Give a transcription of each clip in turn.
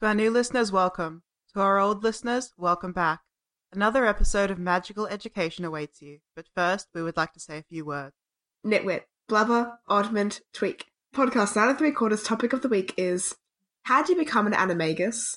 To our new listeners, welcome. To our old listeners, welcome back. Another episode of Magical Education awaits you, but first we would like to say a few words. Nitwit, blubber, oddment, tweak. Podcast nine and three quarters topic of the week is How do you become an animagus?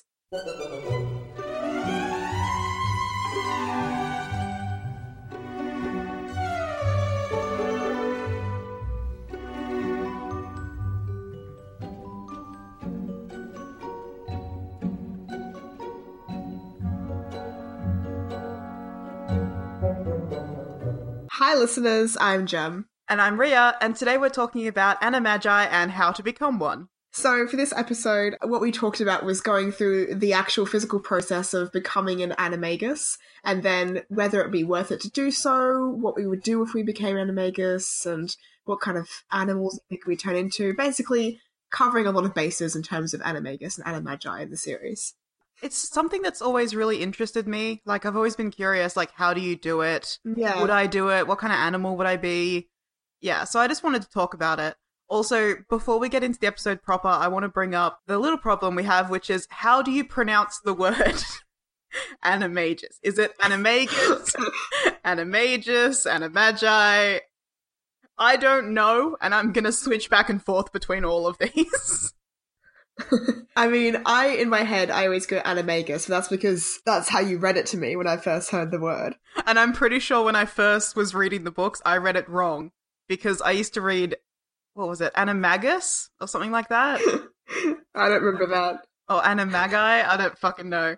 Hi listeners, I'm Jem. And I'm Ria, and today we're talking about animagi and how to become one. So for this episode, what we talked about was going through the actual physical process of becoming an animagus, and then whether it would be worth it to do so, what we would do if we became animagus, and what kind of animals we could we turn into. Basically, covering a lot of bases in terms of animagus and animagi in the series. It's something that's always really interested me. Like I've always been curious, like how do you do it? Yeah. Would I do it? What kind of animal would I be? Yeah, so I just wanted to talk about it. Also, before we get into the episode proper, I want to bring up the little problem we have, which is how do you pronounce the word animagus? Is it animagus, animagus, animagi? I don't know, and I'm going to switch back and forth between all of these. I mean, I in my head I always go animagus, but that's because that's how you read it to me when I first heard the word. And I'm pretty sure when I first was reading the books, I read it wrong because I used to read, what was it, Animagus or something like that? I don't remember that. or Animagi? I don't fucking know.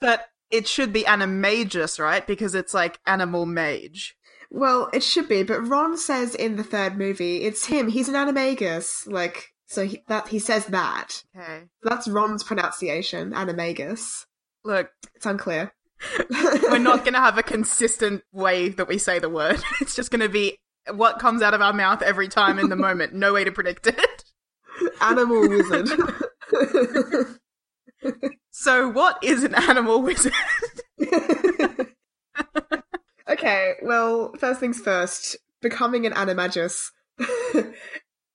But it should be Animagus, right? Because it's like animal mage. Well, it should be, but Ron says in the third movie, it's him. He's an animagus, like so he, that he says that. Okay. That's Ron's pronunciation, animagus. Look, It's unclear. we're not going to have a consistent way that we say the word. It's just going to be what comes out of our mouth every time in the moment. No way to predict it. animal wizard. So, what is an animal wizard? okay, well, first things first, becoming an animagus.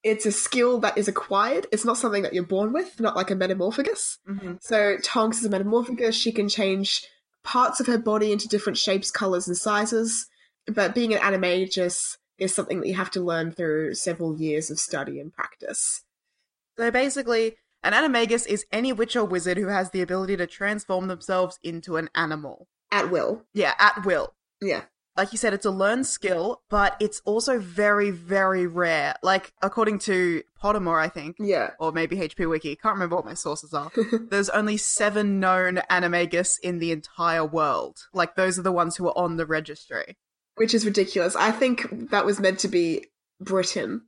it's a skill that is acquired. It's not something that you're born with, not like a metamorphagus. So Tonks is a metamorphagus. She can change parts of her body into different shapes, colors, and sizes. But being an animagus is something that you have to learn through several years of study and practice. So basically, an animagus is any witch or wizard who has the ability to transform themselves into an animal. At will. Yeah, at will. Yeah. Like you said, it's a learned skill, but it's also very, very rare. Like, according to Pottermore, I think, Yeah. or maybe HP Wiki, can't remember what my sources are, there's only seven known animagus in the entire world. Like, those are the ones who are on the registry. which is ridiculous. I think that was meant to be Britain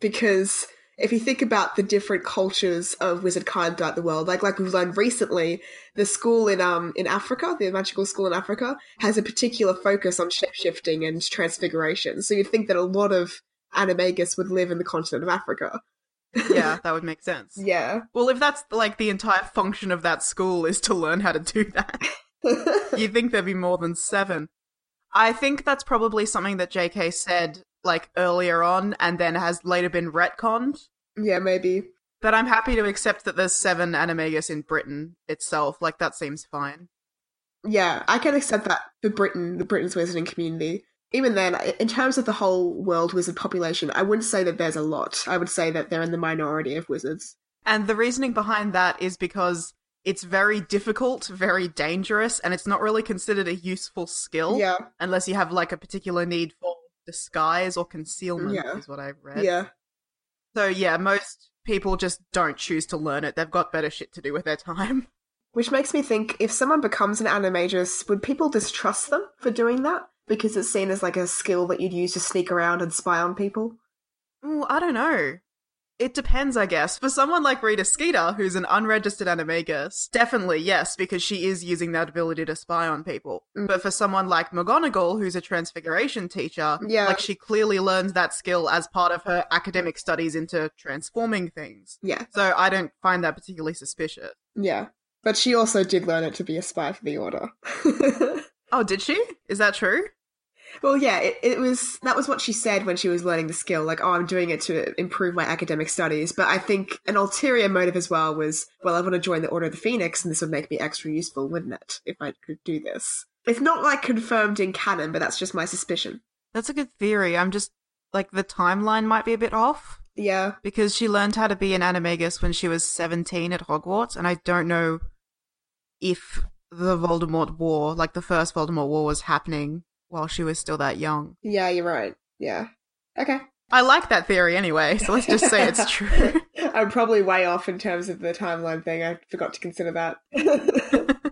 because if you think about the different cultures of wizard kind throughout the world, like like we've learned recently, the school in um in Africa, the magical school in Africa, has a particular focus on shapeshifting and transfiguration. So you'd think that a lot of animagus would live in the continent of Africa. Yeah, that would make sense. Yeah. Well, if that's like the entire function of that school is to learn how to do that, you'd think there'd be more than seven. I think that's probably something that JK said like earlier on and then has later been retconned. Yeah, maybe. But I'm happy to accept that there's seven animagus in Britain itself. Like, that seems fine. Yeah, I can accept that for Britain, the Britain's wizarding community. Even then, i- in terms of the whole world wizard population, I wouldn't say that there's a lot. I would say that they're in the minority of wizards. And the reasoning behind that is because it's very difficult, very dangerous, and it's not really considered a useful skill Yeah. unless you have like a particular need for disguise or concealment, Yeah. is what I read. Yeah. So yeah, most people just don't choose to learn it. They've got better shit to do with their time. Which makes me think if someone becomes an animagus, would people distrust them for doing that? Because it's seen as like a skill that you'd use to sneak around and spy on people? Ooh, I don't know. It depends, I guess. For someone like Rita Skeeter, who's an unregistered animagus, definitely yes, because she is using that ability to spy on people. But for someone like McGonagall, who's a transfiguration teacher, Yeah. like she clearly learned that skill as part of her academic studies into transforming things. Yeah, So I don't find that particularly suspicious. yeah. But she also did learn it to be a spy for the Order. Oh, did she? Is that true? well, yeah, it, it was that was what she said when she was learning the skill. Like, oh, I'm doing it to improve my academic studies. But I think an ulterior motive as well was, well, I want to join the Order of the Phoenix, and this would make me extra useful, wouldn't it? If I could do this, it's not like confirmed in canon, but that's just my suspicion. That's a good theory. I'm just like the timeline might be a bit off Yeah, because she learned how to be an animagus when she was 17 at Hogwarts and I don't know if the Voldemort war, like the first Voldemort war was happening while she was still that young. yeah, you're right. Yeah, okay. I like that theory anyway, so let's just say it's true. I'm probably way off in terms of the timeline thing. I forgot to consider that.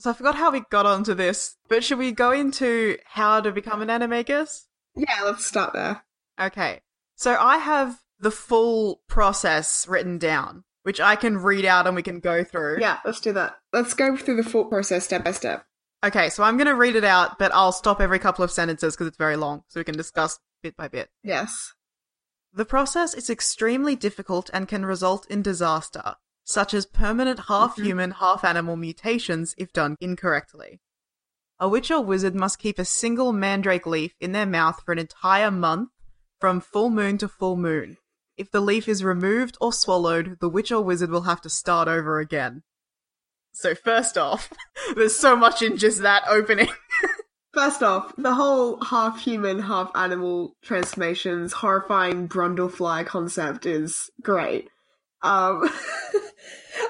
So I forgot how we got onto this, but should we go into how to become an animagus? yeah, let's start there. Okay. So I have the full process written down, which I can read out and we can go through. Yeah, let's do that. Let's go through the full process step by step. Okay, so I'm going to read it out, but I'll stop every couple of sentences because it's very long, so we can discuss bit by bit. Yes. The process is extremely difficult and can result in disaster, such as permanent half human, half animal mutations if done incorrectly. A witch or wizard must keep a single mandrake leaf in their mouth for an entire month, from full moon to full moon. If the leaf is removed or swallowed, the witch or wizard will have to start over again. So, first off, there's so much in just that opening. First off, the whole half human, half animal transformations, horrifying Brundlefly concept is great. Um,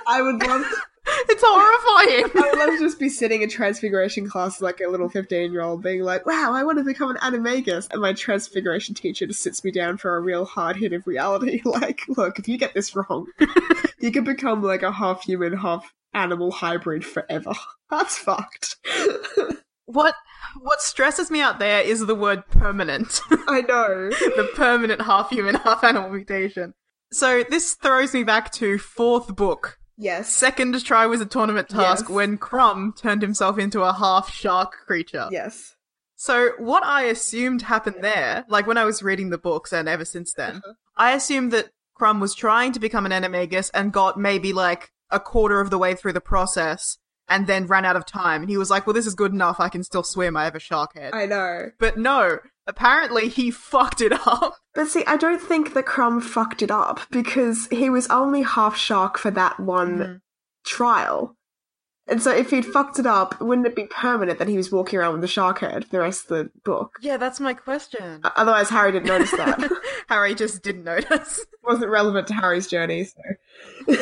I would love. it's horrifying! I would love to just be sitting in transfiguration class like a little 15 year old being like, wow, I want to become an animagus. And my transfiguration teacher just sits me down for a real hard hit of reality. Like, look, if you get this wrong, you could become like a half human, half animal hybrid forever. That's fucked. What what stresses me out there is the word permanent. I know. the permanent half human, half animal mutation. So this throws me back to fourth book. Yes. Second try was a tournament task Yes. when Crumb turned himself into a half shark creature. Yes. So what I assumed happened there, like when I was reading the books and ever since then, I assumed that Crumb was trying to become an animagus and got maybe like a quarter of the way through the process and then ran out of time and he was like, Well this is good enough, I can still swim, I have a shark head. I know. But no, apparently he fucked it up. But see, I don't think that Crumb fucked it up because he was only half shark for that one trial. And so if he'd fucked it up, wouldn't it be permanent that he was walking around with a shark head for the rest of the book? Yeah, that's my question. O- Otherwise, Harry didn't notice that. it Harry just didn't notice. wasn't relevant to Harry's journey, so.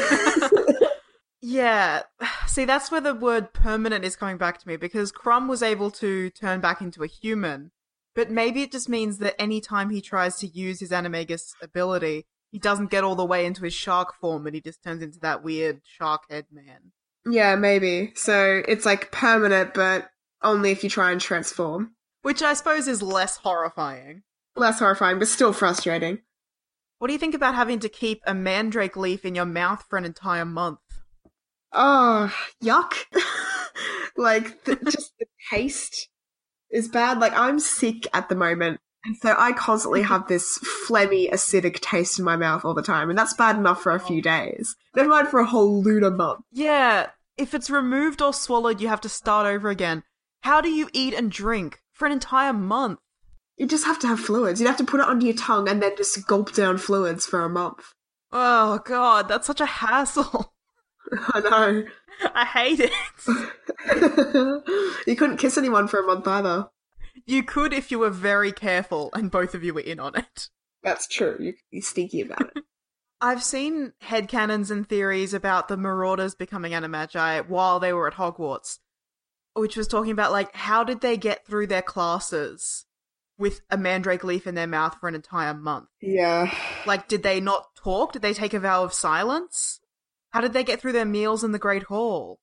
Yeah. See, that's where the word permanent is coming back to me because Crumb was able to turn back into a human. But maybe it just means that any time he tries to use his animagus ability, he doesn't get all the way into his shark form and he just turns into that weird shark head man. Yeah, maybe. So it's like permanent, but only if you try and transform. Which I suppose is less horrifying. Less horrifying, but still frustrating. What do you think about having to keep a mandrake leaf in your mouth for an entire month? Oh, yuck. like, th- just the taste is bad. Like, I'm sick at the moment. And so I constantly have this phlegmy, acidic taste in my mouth all the time. And that's bad enough for a few days. Never mind for a whole lunar month. Yeah, if it's removed or swallowed, you have to start over again. How do you eat and drink for an entire month? You just have to have fluids. You'd have to put it under your tongue and then just gulp down fluids for a month. Oh god, that's such a hassle. I I hate it. know. you couldn't kiss anyone for a month either. You could if you were very careful and both of you were in on it. That's true. You, you're sneaky about it. I've seen headcanons and theories about the Marauders becoming animagi while they were at Hogwarts, which was talking about like how did they get through their classes with a mandrake leaf in their mouth for an entire month? yeah. Like, did they not talk? Did they take a vow of silence? How did they get through their meals in the Great Hall?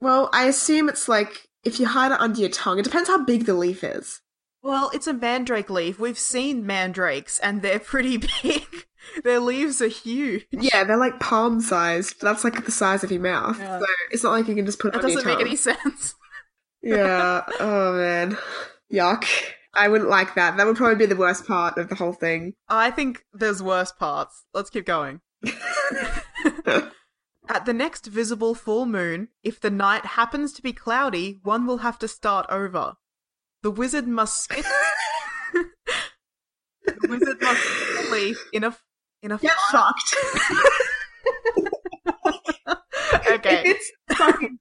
Well, I assume it's like if you hide it under your tongue, it depends how big the leaf is. Well, it's a mandrake leaf. We've seen mandrakes, and they're pretty big. Their leaves are huge. Yeah, they're like palm sized. That's like the size of your mouth. So it's not like you can just put it That on your doesn't make tongue. any sense. yeah. Oh man. Yuck. I wouldn't like that. That would probably be the worst part of the whole thing. I think there's worse parts. Let's keep going. At the next visible full moon, if the night happens to be cloudy, one will have to start over. The wizard must spit. the wizard must spit a leaf in a in a Get fucked. If okay. it's fucking,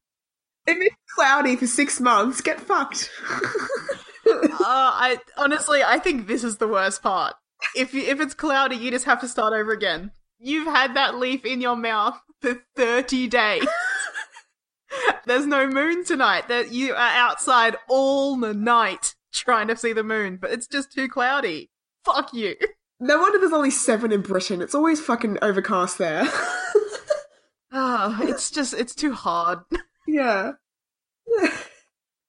if it's cloudy for six months, get fucked. Uh, I honestly, I think this is the worst part. If you, if it's cloudy, you just have to start over again. You've had that leaf in your mouth for thirty days. There's no moon tonight. That you are outside all the night trying to see the moon, but it's just too cloudy. Fuck you. no wonder there's only seven in Britain. It's always fucking overcast there. Ah, it's just it's too hard. yeah.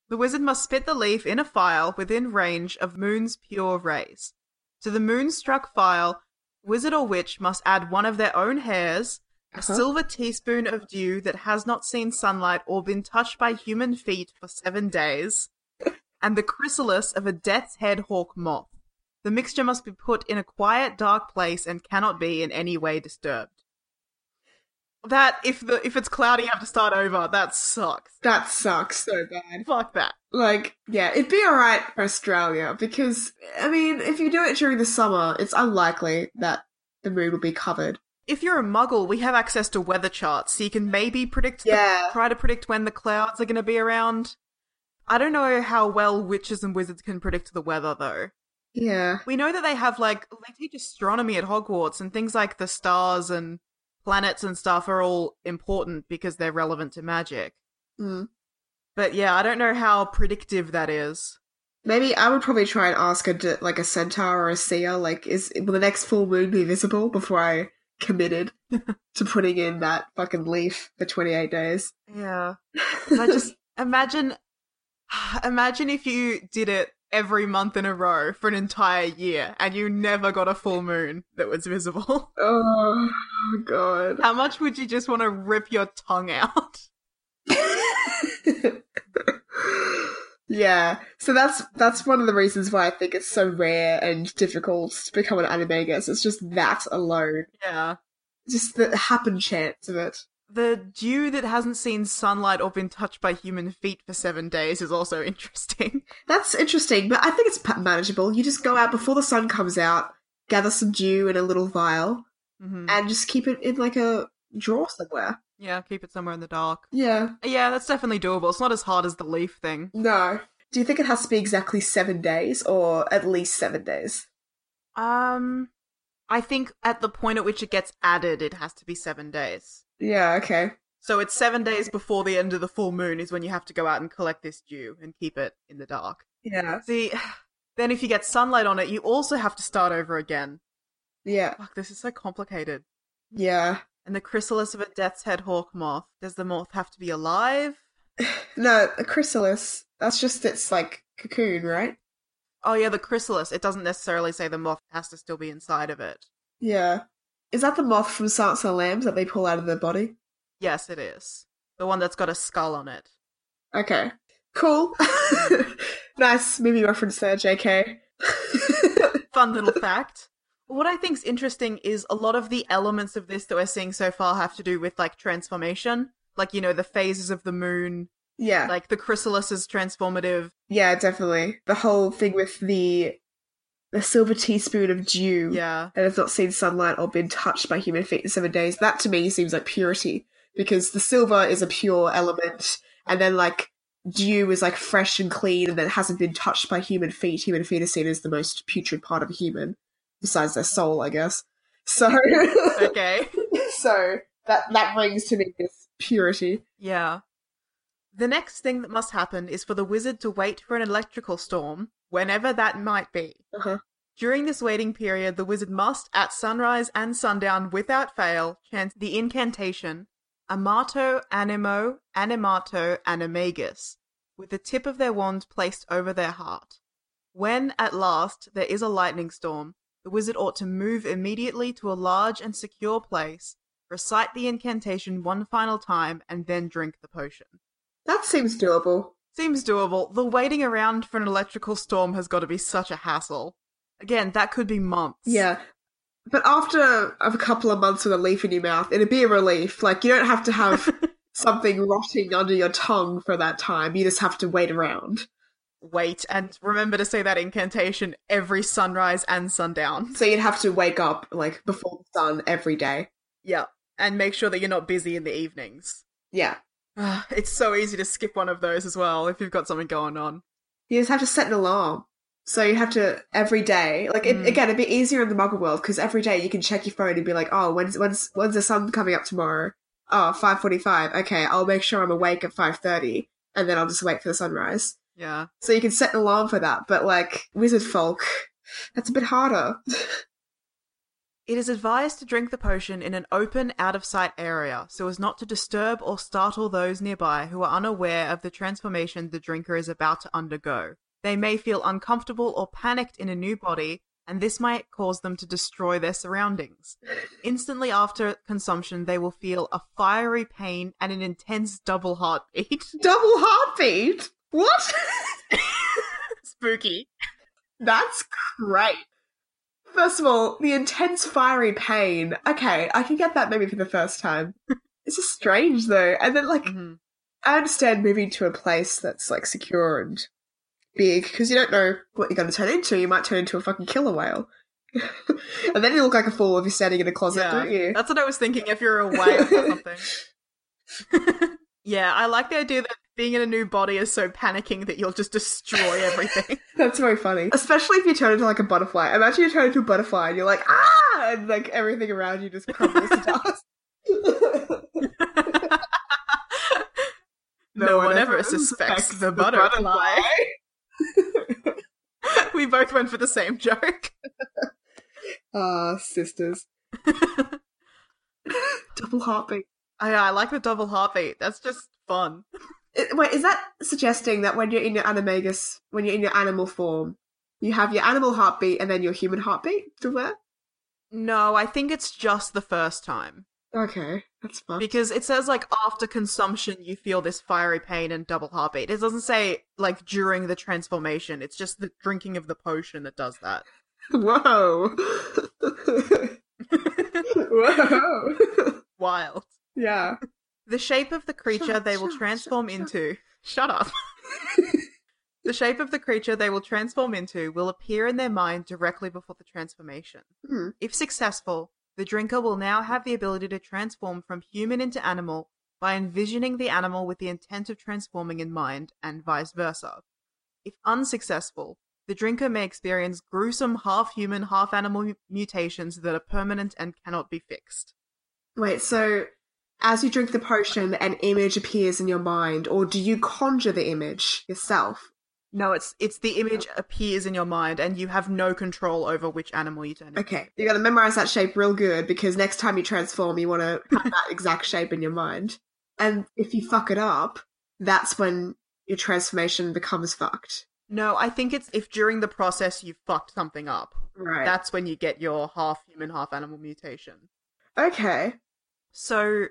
The wizard must spit the leaf in a phial within range of moon's pure rays. To the moon struck phial, wizard or witch must add one of their own hairs, a silver teaspoon of dew that has not seen sunlight or been touched by human feet for seven days, and the chrysalis of a death's head hawk moth. The mixture must be put in a quiet, dark place and cannot be in any way disturbed. That if the if it's cloudy, you have to start over. That sucks. That sucks so bad. Fuck that. Like, yeah, it'd be alright for Australia because, I mean, if you do it during the summer, it's unlikely that the moon will be covered. if you're a muggle, we have access to weather charts, so you can maybe predict, the- Yeah. try to predict when the clouds are going to be around. I don't know how well witches and wizards can predict the weather, though. Yeah. We know that they have, like, they teach astronomy at Hogwarts, and things like the stars and planets and stuff are all important because they're relevant to magic. Mm. But yeah, I don't know how predictive that is. Maybe I would probably try and ask a d- like a centaur or a seer, like, is will the next full moon be visible before I committed to putting in that fucking leaf for twenty eight days? Yeah. And I just imagine, imagine if you did it every month in a row for an entire year and you never got a full moon that was visible. Oh god. How much would you just want to rip your tongue out? yeah. So that's that's one of the reasons why I think it's so rare and difficult to become an animagus. It's just that alone. Yeah. Just the happen chance of it. The dew that hasn't seen sunlight or been touched by human feet for seven days is also interesting. That's interesting, but I think it's pa- manageable. You just go out before the sun comes out, gather some dew in a little vial, Mhm. and just keep it in like a drawer somewhere. Yeah, keep it somewhere in the dark. Yeah. Yeah, that's definitely doable. It's not as hard as the leaf thing. No. Do you think it has to be exactly seven days, or at least seven days? Um, I think at the point at which it gets added, it has to be seven days. Yeah. Okay. So it's seven days before the end of the full moon is when you have to go out and collect this dew and keep it in the dark. Yeah. See, then if you get sunlight on it, you also have to start over again. Yeah. Fuck, this is so complicated. Yeah. And the chrysalis of a death's head hawk moth. Does the moth have to be alive? No, a chrysalis. That's just its like cocoon, right? Oh yeah, the chrysalis. It doesn't necessarily say the moth has to still be inside of it. Yeah. Is that the moth from Silence of the Lambs that they pull out of their body? Yes, it is. The one that's got a skull on it. Okay. Cool. nice movie reference there, JK. fun little fact. What I think's interesting is a lot of the elements of this that we're seeing so far have to do with like transformation, like you know the phases of the moon, yeah. like the chrysalis is transformative. yeah, definitely. The whole thing with the the silver teaspoon of dew Yeah, and has not seen sunlight or been touched by human feet in seven days, that to me seems like purity. Because the silver is a pure element, and then like dew is like fresh and clean and that hasn't been touched by human feet. Human feet are seen as the most putrid part of a human, besides their soul, I guess. So okay, So that that brings to me this purity. yeah. The next thing that must happen is for the wizard to wait for an electrical storm, whenever that might be. Uh-huh. During this waiting period, the wizard must, at sunrise and sundown without fail, chant the incantation Amato Animo Animato Animagus, with the tip of their wand placed over their heart. When, at last, there is a lightning storm, the wizard ought to move immediately to a large and secure place, recite the incantation one final time, and then drink the potion. That seems doable. Seems doable. The waiting around for an electrical storm has got to be such a hassle. Again, that could be months. Yeah. But after a couple of months with a leaf in your mouth, it'd be a relief. Like, you don't have to have something rotting under your tongue for that time. You just have to wait around. Wait, and remember to say that incantation every sunrise and sundown. So you'd have to wake up, like, before the sun every day. Yeah. And make sure that you're not busy in the evenings. Yeah. Ah, it's so easy to skip one of those as well if you've got something going on. You just have to set an alarm. So you have to every day, like it, again, it'd be easier in the Muggle world because every day you can check your phone and be like, oh, when's when's when's the sun coming up tomorrow? Oh, 5.45. Okay, I'll make sure I'm awake at five thirty, and then I'll just wait for the sunrise. Yeah. So you can set an alarm for that. But like wizard folk, that's a bit harder. It is advised to drink the potion in an open, out of sight area so as not to disturb or startle those nearby who are unaware of the transformation the drinker is about to undergo. They may feel uncomfortable or panicked in a new body, and this might cause them to destroy their surroundings. Instantly after consumption, they will feel a fiery pain and an intense double heartbeat. Double heartbeat. What? Spooky. That's great. First of all, the intense fiery pain. Okay, I can get that maybe for the first time. it's just strange though. And then, like, Mhm. I understand moving to a place that's like secure and big because you don't know what you're going to turn into. You might turn into a fucking killer whale. and then you look like a fool if you're standing in a closet, don't you? That's what I was thinking if you're away or something. yeah, I like the idea that being in a new body is so panicking that you'll just destroy everything. That's very funny. Especially if you turn into like a butterfly. Imagine you turn into a butterfly and you're like, ah! And like everything around you just crumbles to dust. no, one, ever suspects, the butterfly. we both went for the same joke. Ah, sisters. Double heartbeat. I, Oh, I like the double heartbeat. That's just fun. It- Wait, is that suggesting that when you're in your animagus, when you're in your animal form, you have your animal heartbeat and then your human heartbeat? Do that? No, I think it's just the first time. Okay, that's fun. Because it says, like, after consumption, you feel this fiery pain and double heartbeat. It doesn't say, like, during the transformation. It's just the drinking of the potion that does that. Whoa. Whoa. Wild. yeah. The shape of the creature Shut up, they shut will up, shut transform up. into. Shut up. the shape of the creature they will transform into will appear in their mind directly before the transformation. Hmm. If successful, the drinker will now have the ability to transform from human into animal by envisioning the animal with the intent of transforming in mind, and vice versa. If unsuccessful, the drinker may experience gruesome half human, half animal mu- mutations that are permanent and cannot be fixed. Wait, so as you drink the potion, an image appears in your mind, or do you conjure the image yourself? No, it's it's the image appears in your mind, and you have no control over which animal you turn into. Okay, you gotta memorize that shape real good because next time you transform, you wanna have that exact shape in your mind. And if you fuck it up, that's when your transformation becomes fucked. No, I think it's if during the process you fucked something up. Right. That's when you get your half human, half animal mutation. okay. So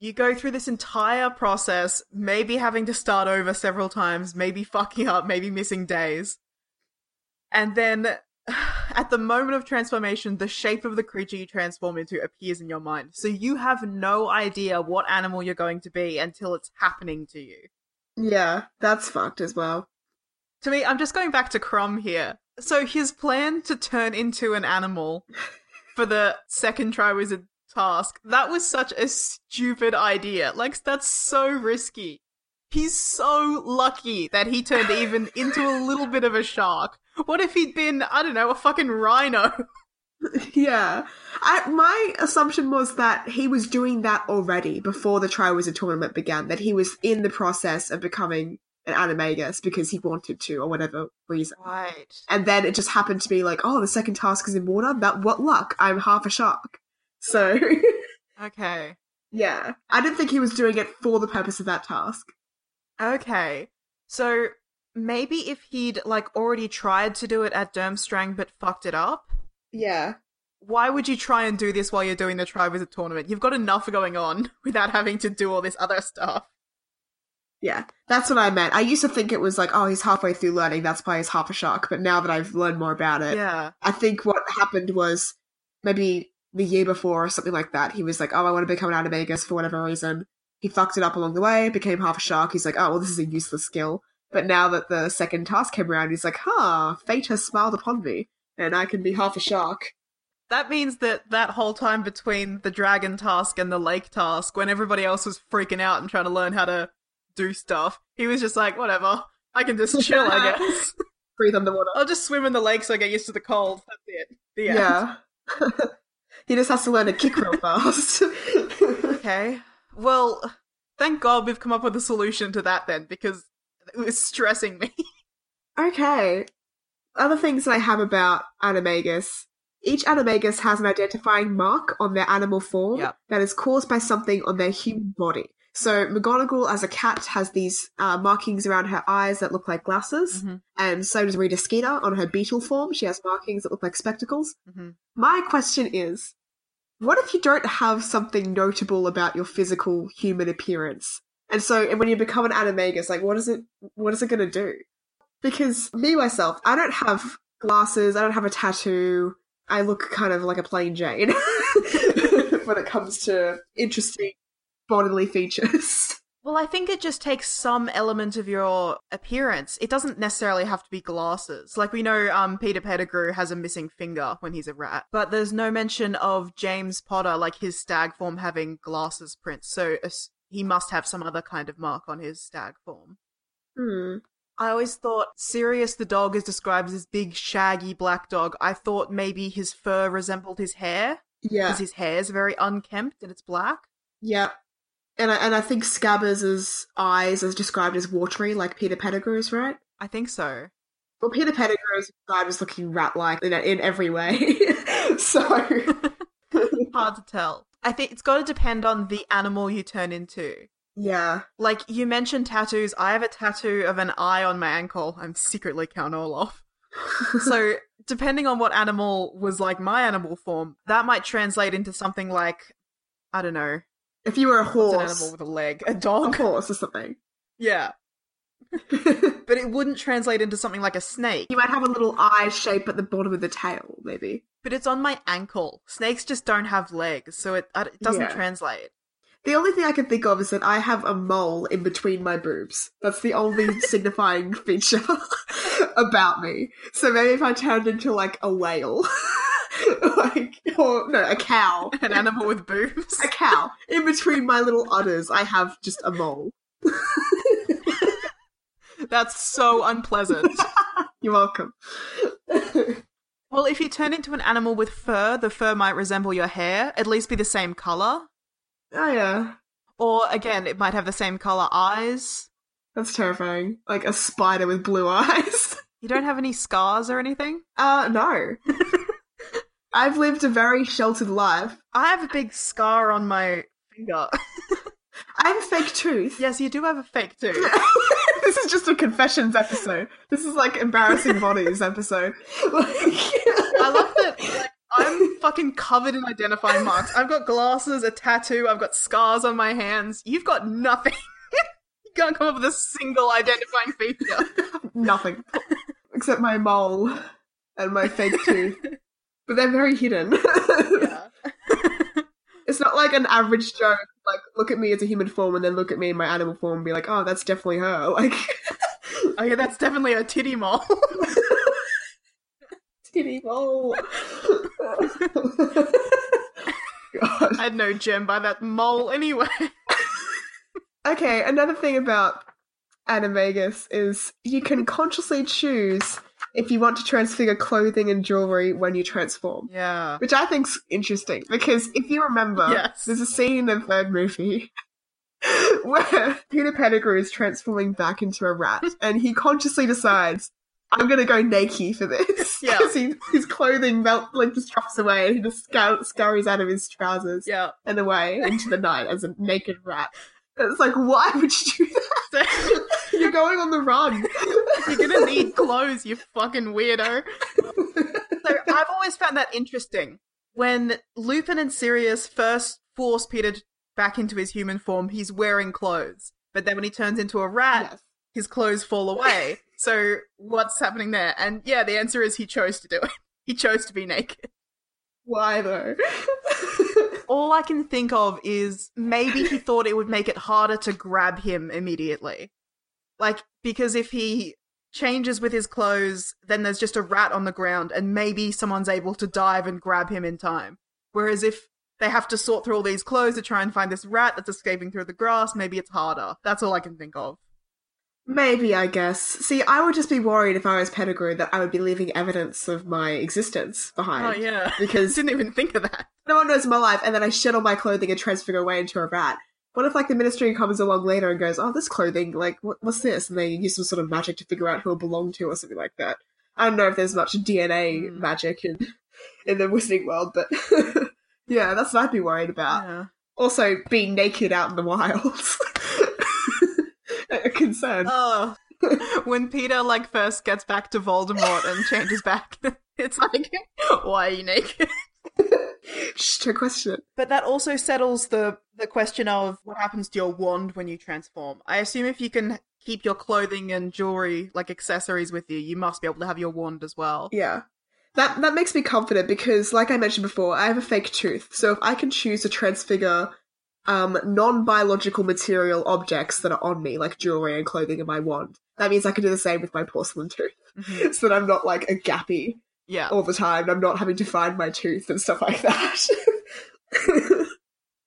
you go through this entire process, maybe having to start over several times, maybe fucking up, maybe missing days. And then at the moment of transformation, the shape of the creature you transform into appears in your mind. So you have no idea what animal you're going to be until it's happening to you. Yeah, that's fucked as well. To me, I'm just going back to Crumb here. So his plan to turn into an animal for the second Triwizard task, that was such a stupid idea. Like, that's so risky. He's so lucky that he turned even into a little bit of a shark. What if he'd been, I don't know, a fucking rhino? Yeah. I, my assumption was that he was doing that already before the Triwizard tournament began, that he was in the process of becoming an animagus because he wanted to or whatever reason. Right. And then it just happened to be like, oh, the second task is in water? That what luck? I'm half a shark. So, Okay. yeah. I didn't think he was doing it for the purpose of that task. Okay. So maybe if he'd, like, already tried to do it at Durmstrang but fucked it up, Yeah. Why would you try and do this while you're doing the Tri Wizard tournament? You've got enough going on without having to do all this other stuff. Yeah. That's what I meant. I used to think it was like, oh, he's halfway through learning, that's why he's half a shark. But now that I've learned more about it, Yeah. I think what happened was maybe the year before or something like that, he was like, oh, I want to become an animagus for whatever reason. He fucked it up along the way, became half a shark. He's like, oh, well, this is a useless skill. But now that the second task came around, he's like, huh, fate has smiled upon me, and I can be half a shark. That means that that whole time between the dragon task and the lake task, when everybody else was freaking out and trying to learn how to do stuff, he was just like, whatever, I can just chill, I guess. Breathe underwater. I'll just swim in the lake so I get used to the cold. That's it. The end. Yeah. he just has to learn to kick real fast. Okay. Well, thank God we've come up with a solution to that then, because it was stressing me. Okay. Other things that I have about Animagus. Each Animagus has an identifying mark on their animal form Yep. that is caused by something on their human body. So McGonagall, as a cat, has these uh, markings around her eyes that look like glasses, and so does Rita Skeeter on her beetle form. She has markings that look like spectacles. My question is, what if you don't have something notable about your physical human appearance? And so, and when you become an animagus, like, what is it? What is it going to do? Because me myself, I don't have glasses. I don't have a tattoo. I look kind of like a plain Jane when it comes to interesting bodily features. Well, I think it just takes some element of your appearance. It doesn't necessarily have to be glasses. Like we know um Peter Pettigrew has a missing finger when he's a rat, but there's no mention of James Potter like his stag form having glasses prints. So as- he must have some other kind of mark on his stag form. Hmm. I always thought Sirius the dog is described as this big shaggy black dog. I thought maybe his fur resembled his hair Yeah. because his hair is very unkempt and it's black. Yeah. And I, and I think Scabbers' eyes is described as watery, like Peter Pettigrew's, right? I think so. Well, Peter Pettigrew's side was looking rat-like in, in every way. so, hard to tell. I think it's got to depend on the animal you turn into. yeah, Like you mentioned tattoos, I have a tattoo of an eye on my ankle. I'm secretly Count Olaf. so depending on what animal was like my animal form, that might translate into something like I don't know, if you were a what's an horse, animal with a leg, a a dog. horse or something, Yeah, you but it wouldn't translate into something like a snake. might have a little eye shape at the bottom of the tail, maybe. But it's on my ankle. Snakes just don't have legs, so it I- it doesn't Yeah. translate. The only thing I can think of is that I have a mole in between my boobs. That's the only signifying feature about me. So maybe if I turned into like a whale, like or no, a cow, An animal with boobs. a cow in between my little udders, I have just a mole. That's so unpleasant. You're welcome. Well, if you turn into an animal with fur, the fur might resemble your hair, at least be the same color. Oh yeah, Or again, it might have the same color eyes. that's terrifying. Like a spider with blue eyes. You don't have any scars or anything. Uh, no. I've lived a very sheltered life. I have a big scar on my finger. I have a fake tooth. yes, you do have a fake tooth. this is just a confessions episode. This is like embarrassing bodies episode. I love that. Like, I'm fucking covered in identifying marks. I've got glasses, a tattoo, I've got scars on my hands. You've got nothing. you can't come up with a single identifying feature. Nothing except my mole and my fake tooth, but they're very hidden. it's not like an average joke. Like, look at me as a human form, and then look at me in my animal form, and be like, "Oh, that's definitely her." Like, Oh yeah, that's definitely a titty mole. titty mole. God. I had no gem by that mole anyway. Okay, another thing about Animagus is you can consciously choose if you want to transfigure clothing and jewelry when you transform. Yeah. Which I think's interesting because if you remember, Yes. there's a scene in the third movie where Peter Pettigrew is transforming back into a rat and he consciously decides, I'm gonna go naked for this. Yeah. Because he, his clothing melt like just drops away and he just scour- scurries out of his trousers Yeah. and away into the night as a naked rat. And it's like, why would you do So, that? You're going on the run. you're gonna need clothes, you fucking weirdo. So I've always found that interesting. When Lupin and Sirius first force Peter back into his human form, he's wearing clothes. But then when he turns into a rat, Yes. his clothes fall away. so what's happening there? And yeah, the answer is he chose to do it. He chose to be naked. Why though? All I can think of is maybe he thought it would make it harder to grab him immediately. Like, because if he changes with his clothes, then there's just a rat on the ground, and maybe someone's able to dive and grab him in time. Whereas if they have to sort through all these clothes to try and find this rat that's escaping through the grass, maybe it's harder. That's all I can think of. Maybe, I guess. See, I would just be worried if I was Pettigrew that I would be leaving evidence of my existence behind. Oh, yeah. Because- didn't even think of that. No one knows my life, and then I shed all my clothing and transfer away into a rat. What if, like, the ministry comes along later and goes, "Oh, this clothing, like, what, what's this?" And they use some sort of magic to figure out who it belonged to or something like that. I don't know if there's much DNA Hmm. magic in in the wizarding world, but yeah, that's what I'd be worried about. Yeah. Also, being naked out in the wilds. A concern. Oh, when Peter like first gets back to Voldemort and changes back, it's like, why are you naked? Shh, don't question it. But that also settles the the question of what happens to your wand when you transform. I assume if you can keep your clothing and jewelry like accessories with you, you must be able to have your wand as well. Yeah. That that makes me confident because like I mentioned before, I have a fake tooth. So if I can choose to transfigure um non-biological material objects that are on me, like jewelry and clothing and my wand, that means I can do the same with my porcelain tooth. So that I'm not like a gappy Yeah. all the time and I'm not having to find my tooth and stuff like that.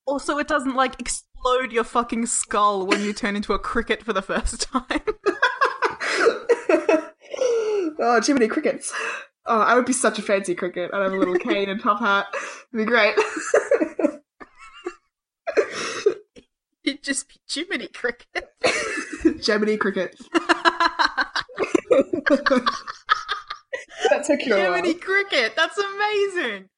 Also, it doesn't like explode your fucking skull when you turn into a cricket for the first time. oh, too many crickets. Oh, I would be such a fancy cricket. I'd have a little cane and top hat. It'd be great. It'd just be too many crickets. Gemini cricket. that took you a Too many while. cricket. That's amazing.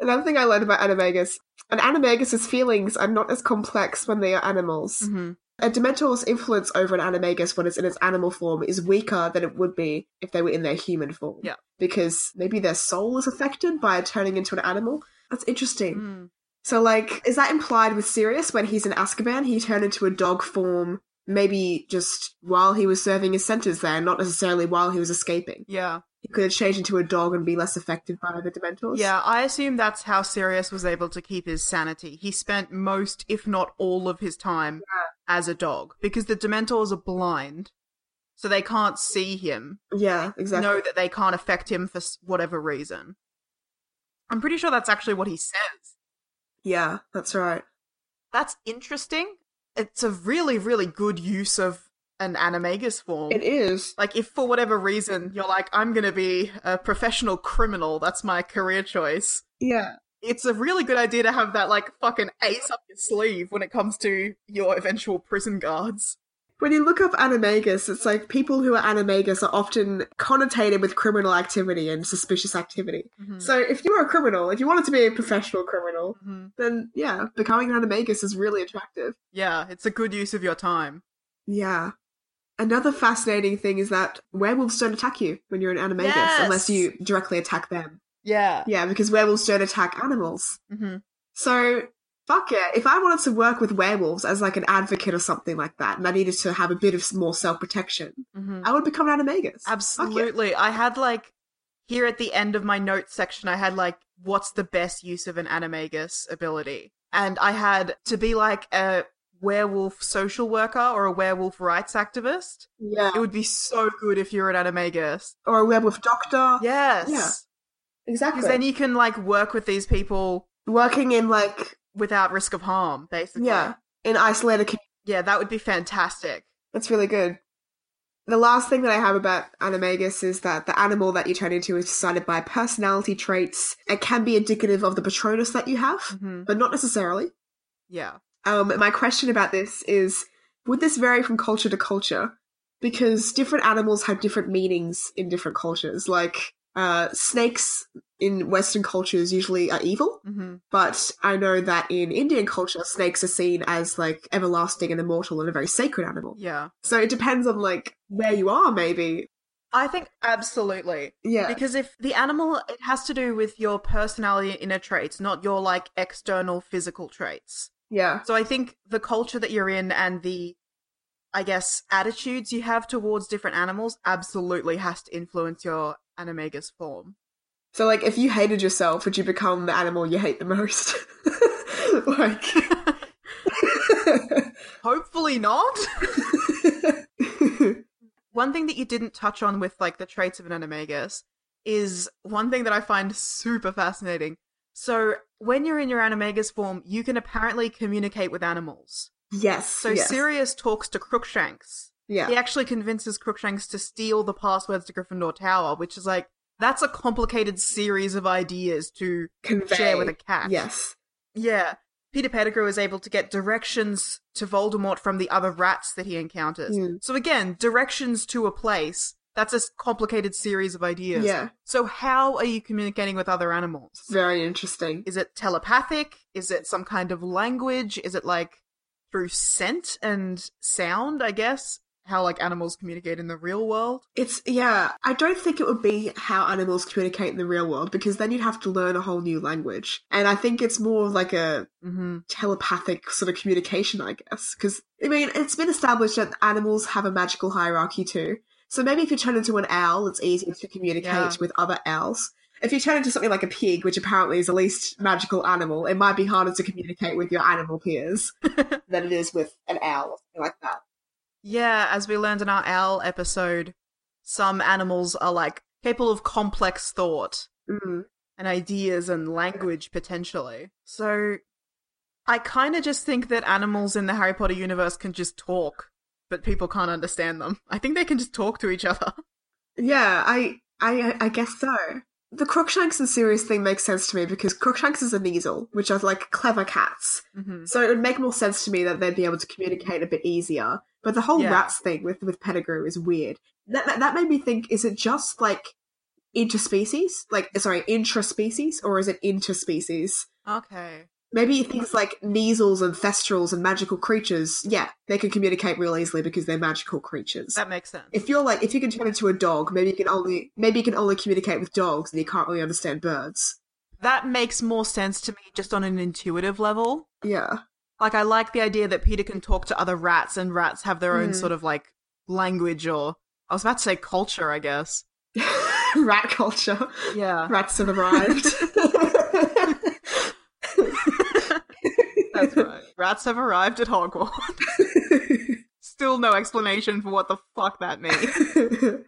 Another thing I learned about animagus, an animagus's feelings are not as complex when they are animals. Mm-hmm. A Dementor's influence over an animagus when it's in its animal form is weaker than it would be if they were in their human form. Yeah. Because maybe their soul is affected by turning into an animal. That's interesting. Mm. So, like, is that implied with Sirius when he's in Azkaban? He turned into a dog form, maybe just while he was serving his sentence there, not necessarily while he was escaping. Yeah. He could have changed into a dog and be less affected by the Dementors. Yeah, I assume that's how Sirius was able to keep his sanity. He spent most, if not all, of his time as a dog because the Dementors are blind, so they can't see him, Yeah, exactly. know that they can't affect him for s- whatever reason. I'm pretty sure that's actually what he says. yeah, that's right. That's interesting. It's a really, really good use of an animagus form. It is. Like, if for whatever reason you're like, I'm going to be a professional criminal, that's my career choice. Yeah. it's a really good idea to have that like fucking ace up your sleeve when it comes to your eventual prison guards. When you look up animagus, it's like people who are animagus are often connotated with criminal activity and suspicious activity. So if you were a criminal, if you wanted to be a professional criminal, then yeah, becoming an animagus is really attractive. Yeah, it's a good use of your time. Yeah. Another fascinating thing is that werewolves don't attack you when you're an animagus Yes. unless you directly attack them. Yeah. Yeah, because werewolves don't attack animals. Mhm. So, fuck it. If I wanted to work with werewolves as like an advocate or something like that, and I needed to have a bit of s- more self protection, I would become an animagus. Fuck it. Mm-hmm. Absolutely. I had like here at the end of my notes section I had like what's the best use of an animagus ability? And I had to be like a werewolf social worker or a werewolf rights activist. Yeah. It would be so good if you're an animagus. Or a werewolf doctor. Yes. Yeah. Because Exactly. then you can like work with these people Working in like, without risk of harm, basically. yeah, in isolated communities. Yeah, that would be fantastic. That's really good. The last thing that I have about Animagus is that the animal that you turn into is decided by personality traits. It can be indicative of the Patronus that you have, but not necessarily. Yeah. Um, my question about this is would this vary from culture to culture? Because different animals have different meanings in different cultures. Like, uh, snakes in Western cultures usually are evil, but I know that in Indian culture, snakes are seen as like everlasting and immortal and a very sacred animal. Yeah. So it depends on like where you are, maybe. I think absolutely. Yeah. Because if the animal, it has to do with your personality and inner traits, not your like external physical traits. Yeah. So I think the culture that you're in and the, I guess, attitudes you have towards different animals absolutely has to influence your animagus form. So, like, if you hated yourself, would you become the animal you hate the most? like, Hopefully not. one thing that you didn't touch on with like the traits of an animagus is one thing that I find super fascinating. So when you're in your animagus form, you can apparently communicate with animals. yes. So yes. Sirius talks to Crookshanks. Yeah. He actually convinces Crookshanks to steal the passwords to Gryffindor Tower, which is like that's a complicated series of ideas to Convey. share with a cat. Yes. Yeah. Peter Pettigrew is able to get directions to Voldemort from the other rats that he encounters. Hmm. So again, directions to a place. That's a s- complicated series of ideas. Yeah. So how are you communicating with other animals? Very interesting. Is it telepathic? Is it some kind of language? Is it like through scent and sound, I guess? How like animals communicate in the real world? It's, yeah, I don't think it would be how animals communicate in the real world because then you'd have to learn a whole new language. And I think it's more of like a Mm-hmm. telepathic sort of communication, I guess. Because, I mean, it's been established that animals have a magical hierarchy too. So maybe if you turn into an owl, it's easier to communicate Yeah. with other owls. If you turn into something like a pig, which apparently is the least magical animal, it might be harder to communicate with your animal peers than it is with an owl or something like that. Yeah, as we learned in our owl episode, some animals are like capable of complex thought Mm. and ideas and language potentially. So I kind of just think that animals in the Harry Potter universe can just talk, but people can't understand them. I think they can just talk to each other. Yeah, I, I, I guess so. The Crookshanks and Sirius thing makes sense to me because Crookshanks is a measle, which are like clever cats. Mm-hmm. So it would make more sense to me that they'd be able to communicate a bit easier. But the whole Yeah. rats thing with with Pettigrew is weird. That, that that made me think: is it just like interspecies, like sorry, intraspecies, or is it interspecies? Okay. Maybe things like measles and thestrals and magical creatures. Yeah, they can communicate real easily because they're magical creatures. That makes sense. if you're like, if you can turn into a dog, maybe you can only maybe you can only communicate with dogs, and you can't really understand birds. That makes more sense to me just on an intuitive level. Yeah, Like I like the idea that Peter can talk to other rats and rats have their own sort of like language or I was about to say culture, I guess. rat culture. Yeah. Rats have arrived. That's right. Rats have arrived at Hogwarts. Still no explanation for what the fuck that means.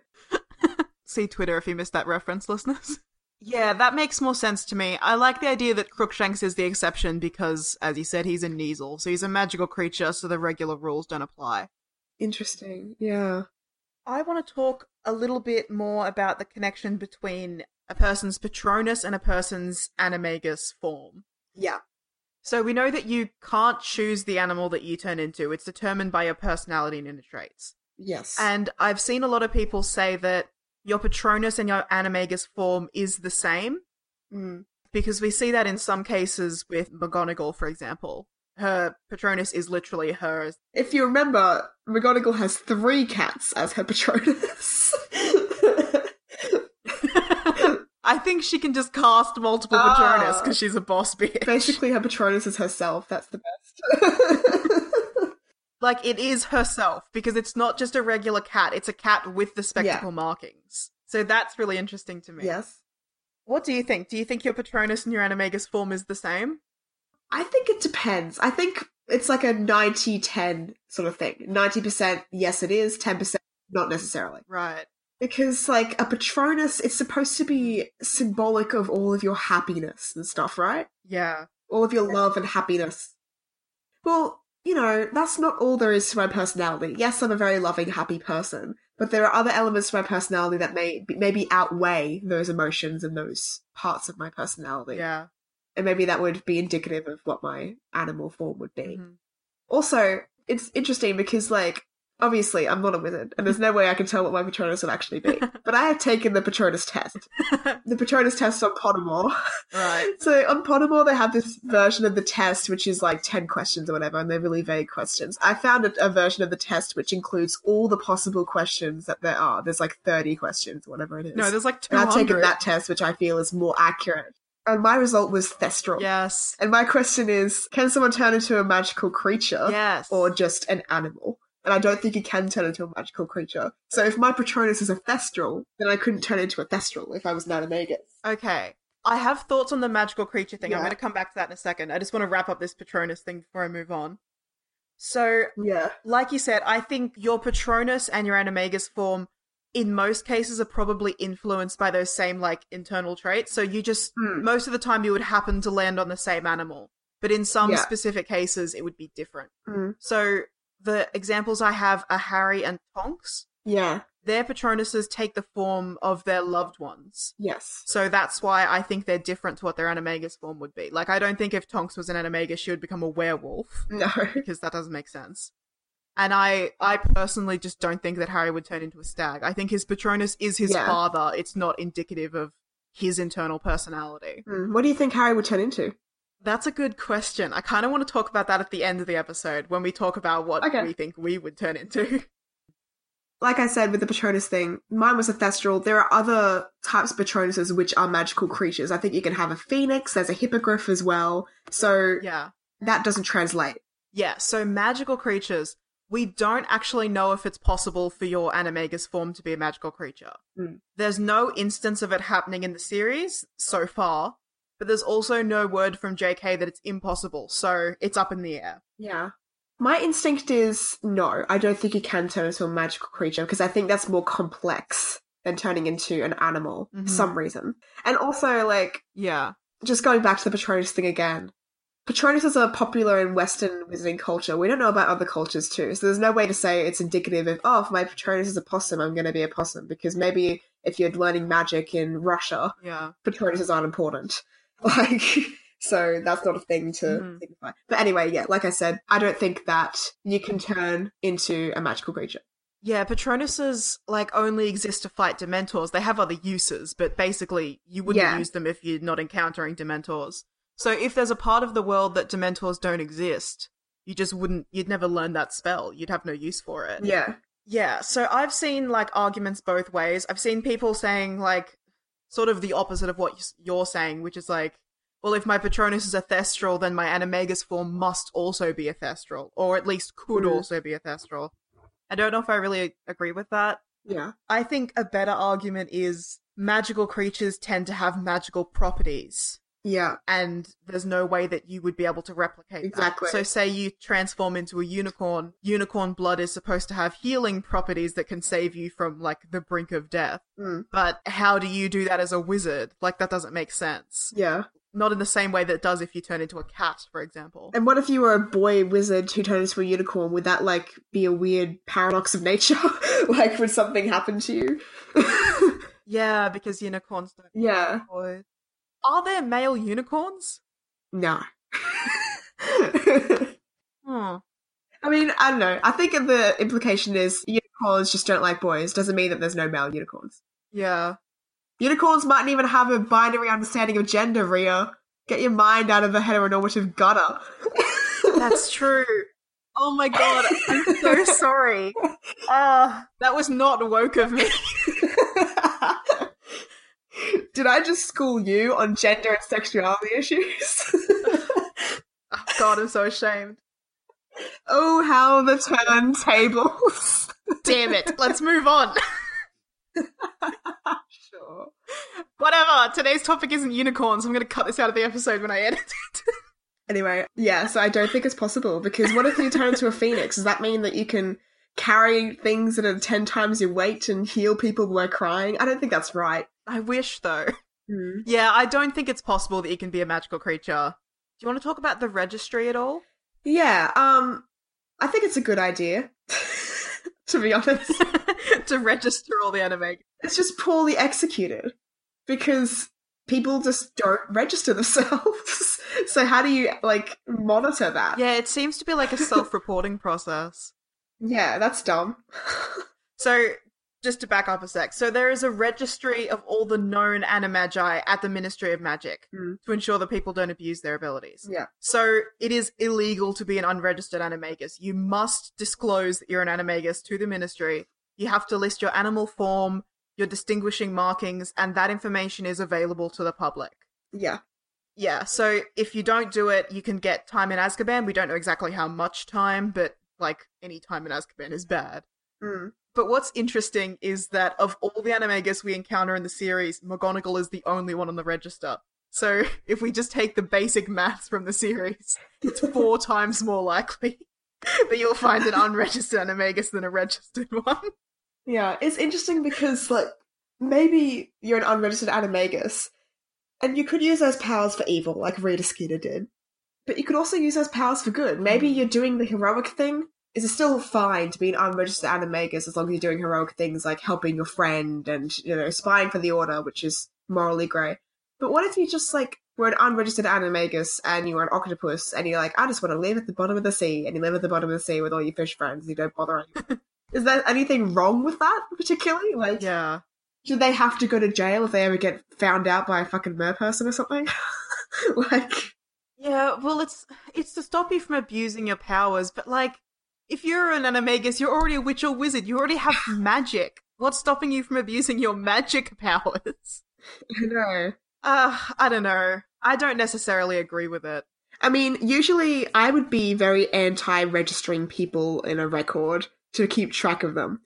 See Twitter if you missed that reference, listeners. Yeah, that makes more sense to me. I like the idea that Crookshanks is the exception because, as you said, he's a Neasel, so he's a magical creature, so the regular rules don't apply. Interesting. Yeah. I want to talk a little bit more about the connection between a person's Patronus and a person's Animagus form. Yeah. So we know that you can't choose the animal that you turn into. It's determined by your personality and inner traits. Yes. And I've seen a lot of people say that your Patronus and your Animagus form is the same Mm. because we see that in some cases with McGonagall, for example. Her Patronus is literally her. if you remember, McGonagall has three cats as her patronus. I think she can just cast multiple Ah. Patronus because she's a boss bitch. Basically, her patronus is herself. That's the best. like it is herself because it's not just a regular cat; it's a cat with the spectacle markings. So that's really interesting to me. yes. What do you think? Do you think your Patronus and your Animagus form is the same? I think it depends. I think it's like a 90 10 sort of thing. 90% yes, it is, 10% not necessarily. Right. Because, like, a patronus is supposed to be symbolic of all of your happiness and stuff, right? Yeah. all of your love and happiness. Well, you know, that's not all there is to my personality. Yes, I'm a very loving, happy person, but there are other elements to my personality that may maybe outweigh those emotions and those parts of my personality. Yeah. And maybe that would be indicative of what my animal form would be. Mhm. Also, it's interesting because like Obviously, I'm not a wizard, and there's no way I can tell what my Patronus would actually be. But I have taken the Patronus test. The Patronus test on Pottermore. Right. So on Pottermore, they have this version of the test, which is like 10 questions or whatever, and they're really vague questions. I found a, a version of the test which includes all the possible questions that there are. There's like 30 questions or whatever it is. No, there's like two And I've taken hundred. that test, which I feel is more accurate. And my result was Thestral. Yes. And my question is, can someone turn into a magical creature? Yes. Or just an animal? And I don't think you can turn into a magical creature. So if my Patronus is a Thestral, then I couldn't turn into a Thestral if I was an Animagus. Okay. I have thoughts on the magical creature thing. I'm Yeah. going to come back to that in a second. I just want to wrap up this Patronus thing before I move on. So, Yeah. like you said, I think your Patronus and your Animagus form, in most cases, are probably influenced by those same like internal traits. So you just Hmm. most of the time you would happen to land on the same animal, but in some Yeah. specific cases it would be different. Mm. So the examples I have are Harry and Tonks. Yeah. Their Patronuses take the form of their loved ones. Yes. So that's why I think they're different to what their Animagus form would be. Like, I don't think if Tonks was an Animagus, she would become a werewolf No. Hmm. because that doesn't make sense. And I, I personally just don't think that Harry would turn into a stag. I think his Patronus is his Yeah. father. It's not indicative of his internal personality. Mm. What do you think Harry would turn into? That's a good question. I kind of want to talk about that at the end of the episode when we talk about what Okay. we think we would turn into. Like I said with the Patronus thing, mine was a Thestral. There are other types of Patronuses which are magical creatures. I think you can have a phoenix, there's a hippogriff as well. So yeah. that doesn't translate. Yeah, so magical creatures, we don't actually know if it's possible for your Animagus form to be a magical creature. Mm. There's no instance of it happening in the series so far, but there's also no word from JK that it's impossible, so it's up in the air. Yeah. My instinct is no, I don't think you can turn into a magical creature because I think that's more complex than turning into an animal Mhm. for some reason. And also, like, Yeah. just going back to the Patronus thing again. Patronuses are popular in Western wizarding culture. We don't know about other cultures too, so there's no way to say it's indicative of, oh, if my Patronus is a possum, I'm going to be a possum, because maybe if you're learning magic in Russia, Yeah. Patronuses aren't important. Like, so that's not a thing to Mhm. signify. But anyway, yeah, like I said, I don't think that you can turn into a magical creature. Yeah, Patronuses like only exist to fight Dementors. They have other uses, but basically you wouldn't Yeah. use them if you're not encountering Dementors. So if there's a part of the world that Dementors don't exist, you just wouldn't you'd never learn that spell. You'd have no use for it. Yeah. Yeah, so I've seen like arguments both ways. I've seen people saying like sort of the opposite of what y- you're saying, which is like, well, if my Patronus is a Thestral, then my Animagus form must also be a Thestral, or at least could Mm. also be a Thestral. I don't know if I really agree with that. Yeah. I think a better argument is magical creatures tend to have magical properties, Yeah. and there's no way that you would be able to replicate that. Exactly. So, say you transform into a unicorn, unicorn blood is supposed to have healing properties that can save you from like the brink of death. Mm. But how do you do that as a wizard? Like, that doesn't make sense. Yeah. Not in the same way that it does if you turn into a cat, for example. And what if you were a boy wizard who turned into a unicorn? Would that like be a weird paradox of nature? like, would something happen to you? Yeah, because unicorns don't. yeah. Are there male unicorns? No. Hmm. I mean, I don't know. I think the implication is unicorns just don't like boys. Doesn't mean that there's no male unicorns. Yeah. Unicorns mightn't even have a binary understanding of gender, Ria. Get your mind out of the heteronormative gutter. That's true. Oh my god, I'm so sorry. Ah, that was not woke of me. Did I just school you on gender and sexuality issues? Oh god, I'm so ashamed. oh, how the turntables. Damn it. Let's move on. sure. Whatever. Uh, Today's topic isn't unicorns. I'm going to cut this out of the episode when I edit it. Anyway, yeah, so I don't think it's possible because what if you turn into a phoenix? Does that mean that you can carry things that are 10 times your weight and heal people by crying? I don't think that's right. I wish though. Yeah, I don't think it's possible that you can be a magical creature. Do you want to talk about the registry at all? Yeah, um, I think it's a good idea, to be honest. to register all the anime. It's just poorly executed because people just don't register themselves. so, how do you, like, monitor that? Yeah, it seems to be like a self-reporting process. Yeah, that's dumb. So, just to back up a sec, so there is a registry of all the known animagi at the Ministry of Magic Mm. to ensure that people don't abuse their abilities. Yeah. So, it is illegal to be an unregistered animagus. You must disclose that you're an animagus to the Ministry. You have to list your animal form, your distinguishing markings, and that information is available to the public. Yeah. Yeah, so if you don't do it, you can get time in Azkaban. We don't know exactly how much time, but like any time in Azkaban is bad. Mm. But what's interesting is that of all the animagus we encounter in the series, McGonagall is the only one on the register. So if we just take the basic maths from the series, it's four times more likely that you'll find an unregistered animagus than a registered one. Yeah. It's interesting because, like, maybe you're an unregistered animagus and you could use those powers for evil, like Rita Skeeter did. But you could also use those powers for good. Maybe you're doing the heroic thing. Is it still fine to be an unregistered animagus as long as you're doing heroic things like helping your friend and, you know, spying for the order, which is morally grey? But what if you just, like, were an unregistered animagus and you were an octopus and you're like, I just want to live at the bottom of the sea and you live at the bottom of the sea with all your fish friends and you don't bother anyone? is there anything wrong with that, particularly? Like, Yeah. do they have to go to jail if they ever get found out by a fucking mer person or something? like, Yeah, well it's it's to stop you from abusing your powers, but like if you're an animagus, you're already a witch or wizard. You already have magic. What's stopping you from abusing your magic powers? I know. Uh, I don't know. I don't necessarily agree with it. I mean, usually I would be very anti registering people in a record to keep track of them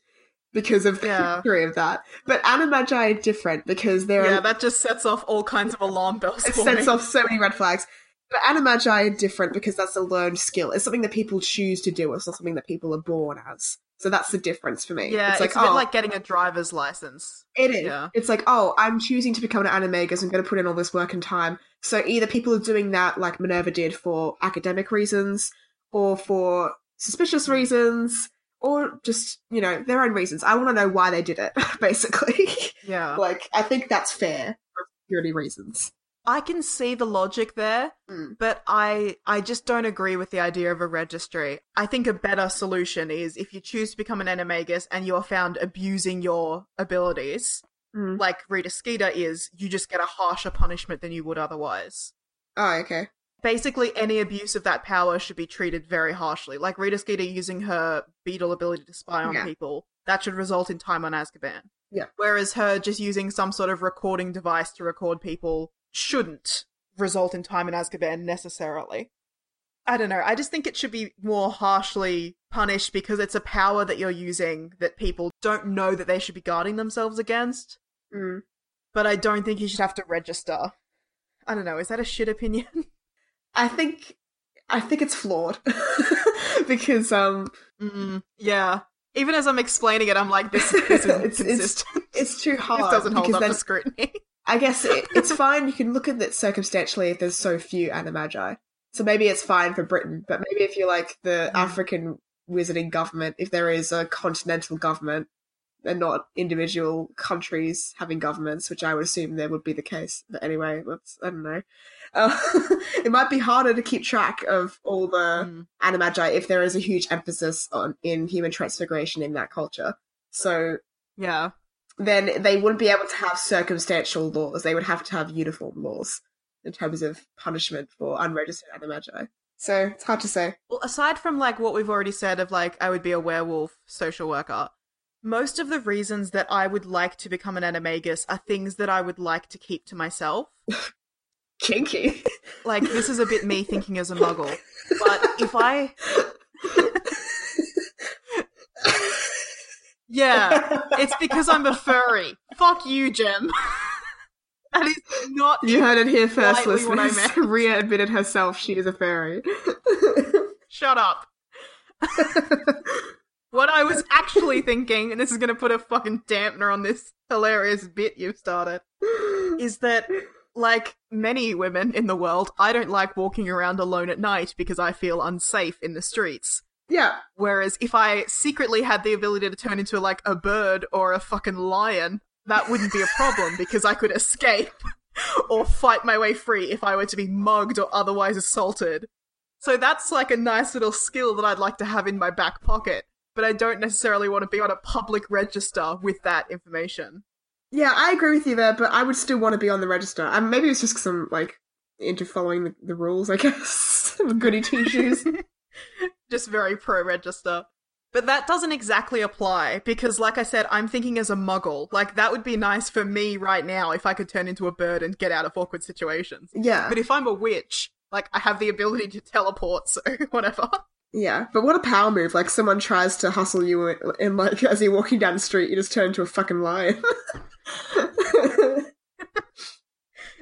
because of the Yeah. history of that. But animagi are different because they're Yeah, that just sets off all kinds of alarm bells. it for sets me. off so many red flags. But animagi are different because that's a learned skill. It's something that people choose to do. It's not something that people are born as. So that's the difference for me. Yeah, it's, like, a bit oh, like getting a driver's license. It is. Yeah. It's like, oh, I'm choosing to become an animagus. I'm going to put in all this work and time. So either people are doing that, like Minerva did, for academic reasons, or for suspicious reasons, or just you know their own reasons. I want to know why they did it, basically. Yeah. like, I think that's fair for security reasons. I can see the logic there, Mm. but I I just don't agree with the idea of a registry. I think a better solution is if you choose to become an animagus and you're found abusing your abilities, Mm. like Rita Skeeter is, you just get a harsher punishment than you would otherwise. Oh, okay. basically any abuse of that power should be treated very harshly. Like Rita Skeeter using her beetle ability to spy on Yeah. people, that should result in time on Azkaban. Yeah. Whereas her just using some sort of recording device to record people shouldn't result in time in Azkaban necessarily. I don't know. I just think it should be more harshly punished because it's a power that you're using that people don't know that they should be guarding themselves against. Mm. But I don't think you should have to register. I don't know. Is that a shit opinion? I think, I think it's flawed because um, Mm, yeah. Even as I'm explaining it, I'm like, this, this isn't It's- it's consistent. it's too hard. this doesn't hold because up then- to scrutiny. I guess it, it's fine. You can look at it circumstantially if there's so few animagi. So maybe it's fine for Britain, but maybe if you're like the African wizarding government, if there is a continental government and not individual countries having governments, which I would assume there would be the case. But anyway, that's, I don't know. Uh, it might be harder to keep track of all the animagi if there is a huge emphasis on in human transfiguration in that culture. So yeah. then they wouldn't be able to have circumstantial laws. They would have to have uniform laws in terms of punishment for unregistered animagi. So it's hard to say. Well, aside from like what we've already said of like, I would be a werewolf social worker, most of the reasons that I would like to become an animagus are things that I would like to keep to myself. Kinky. Like, this is a bit me thinking as a muggle. But if I. yeah. It's because I'm a furry. Fuck you, Jim. that is not You heard it here first, Slightly what I listeners. meant. Rhea admitted herself she is a fairy. Shut up. what I was actually thinking, and this is going to put a fucking dampener on this hilarious bit you've started, is that, like many women in the world, I don't like walking around alone at night because I feel unsafe in the streets. yeah. Whereas if I secretly had the ability to turn into like a bird or a fucking lion, that wouldn't be a problem because I could escape or fight my way free if I were to be mugged or otherwise assaulted. So that's like a nice little skill that I'd like to have in my back pocket. but I don't necessarily want to be on a public register with that information. Yeah, I agree with you there, but I would still want to be on the register. Um, maybe it's just because I'm like into following the, the rules, I guess. I'm a goody two shoes. Just very pro register. But that doesn't exactly apply because, like I said, I'm thinking as a muggle. Like, that would be nice for me right now if I could turn into a bird and get out of awkward situations. Yeah, But if I'm a witch, like, I have the ability to teleport, so whatever. yeah. But what a power move! Like someone tries to hustle you, and, and like as you're walking down the street, you just turn into a fucking lion.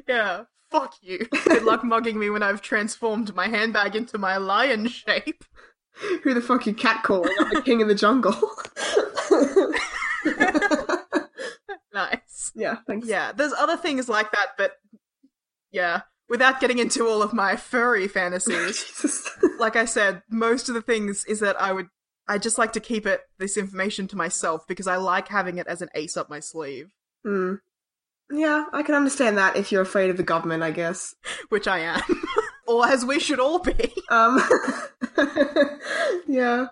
Yeah. Fuck you. Good luck mugging me when I've transformed my handbag into my lion shape. Who the fuck you catcalling? I'm the king of the jungle. Nice. yeah, thanks. Yeah, there's other things like that, but yeah, without getting into all of my furry fantasies, Jesus. like I said, most of the things is that I would I just like to keep it this information to myself because I like having it as an ace up my sleeve, Hmm. Yeah, I can understand that if you're afraid of the government, I guess. which I am. or as we should all be. Um, yeah.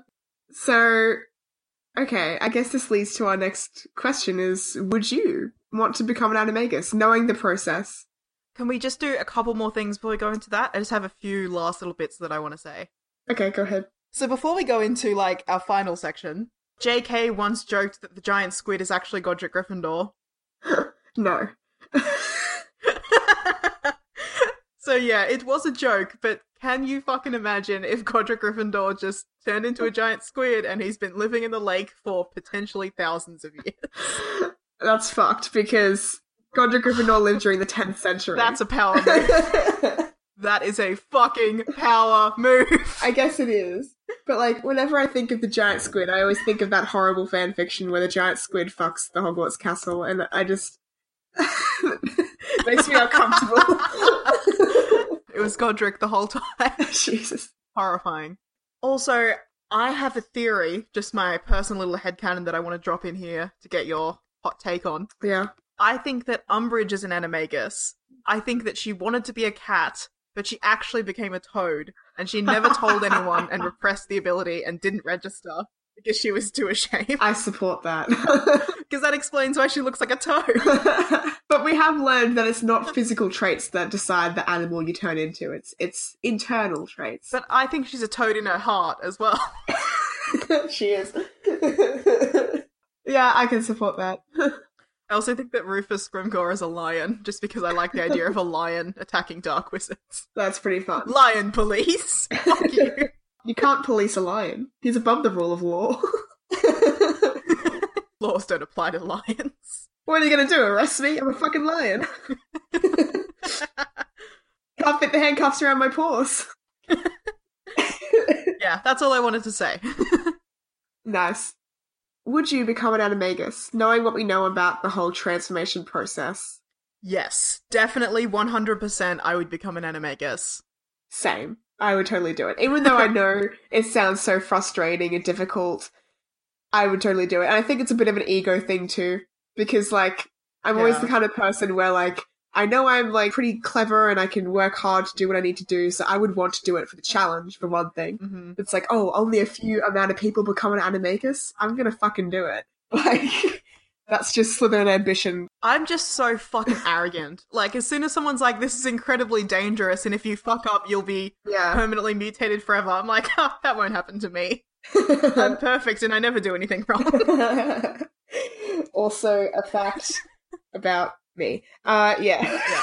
So, okay, I guess this leads to our next question: Is would you want to become an animagus, knowing the process? Can we just do a couple more things before we go into that? I just have a few last little bits that I want to say. Okay, go ahead. So before we go into like our final section, JK once joked that the giant squid is actually Godric Gryffindor. No. So yeah, it was a joke, but can you fucking imagine if Godric Gryffindor just turned into a giant squid and he's been living in the lake for potentially thousands of years? That's fucked because Godric Gryffindor lived during the 10th century. That's a power move. that is a fucking power move. I guess it is. But like, whenever I think of the giant squid, I always think of that horrible fan fiction where the giant squid fucks the Hogwarts castle, and I just makes me uncomfortable. It was Godric the whole time. Jesus. Horrifying. Also, I have a theory, just my personal little headcanon that I want to drop in here to get your hot take on. Yeah. I think that Umbridge is an animagus. I think that she wanted to be a cat, but she actually became a toad, and she never told anyone and repressed the ability and didn't register because she was too ashamed. I support that. Because that explains why she looks like a toad. but we have learned that it's not physical traits that decide the animal you turn into. It's it's internal traits. But I think she's a toad in her heart as well. she is. yeah, I can support that. I also think that Rufus Grimgore is a lion, just because I like the idea of a lion attacking dark wizards. That's pretty fun. Lion police! Fuck you. You can't police a lion. He's above the rule of law. Laws don't apply to lions. What are you gonna do? Arrest me? I'm a fucking lion. Can't fit the handcuffs around my paws. Yeah, that's all I wanted to say. Nice. Would you become an animagus, knowing what we know about the whole transformation process? Yes, definitely 100% I would become an animagus. Same. I would totally do it. Even though I know it sounds so frustrating and difficult, I would totally do it. And I think it's a bit of an ego thing too, because like, I'm always Yeah. the kind of person where like, I know I'm like pretty clever and I can work hard to do what I need to do, so I would want to do it for the challenge, for one thing. hmm it's like, oh, only a few amount of people become an animagus. I'm gonna fucking do it. Like, that's just Slytherin ambition. I'm just so fucking arrogant. Like, as soon as someone's like, this is incredibly dangerous, and if you fuck up, you'll be Yeah. permanently mutated forever, I'm like, "Huh, that won't happen to me. I'm perfect and I never do anything wrong. also, a fact about me. Uh, yeah. yeah.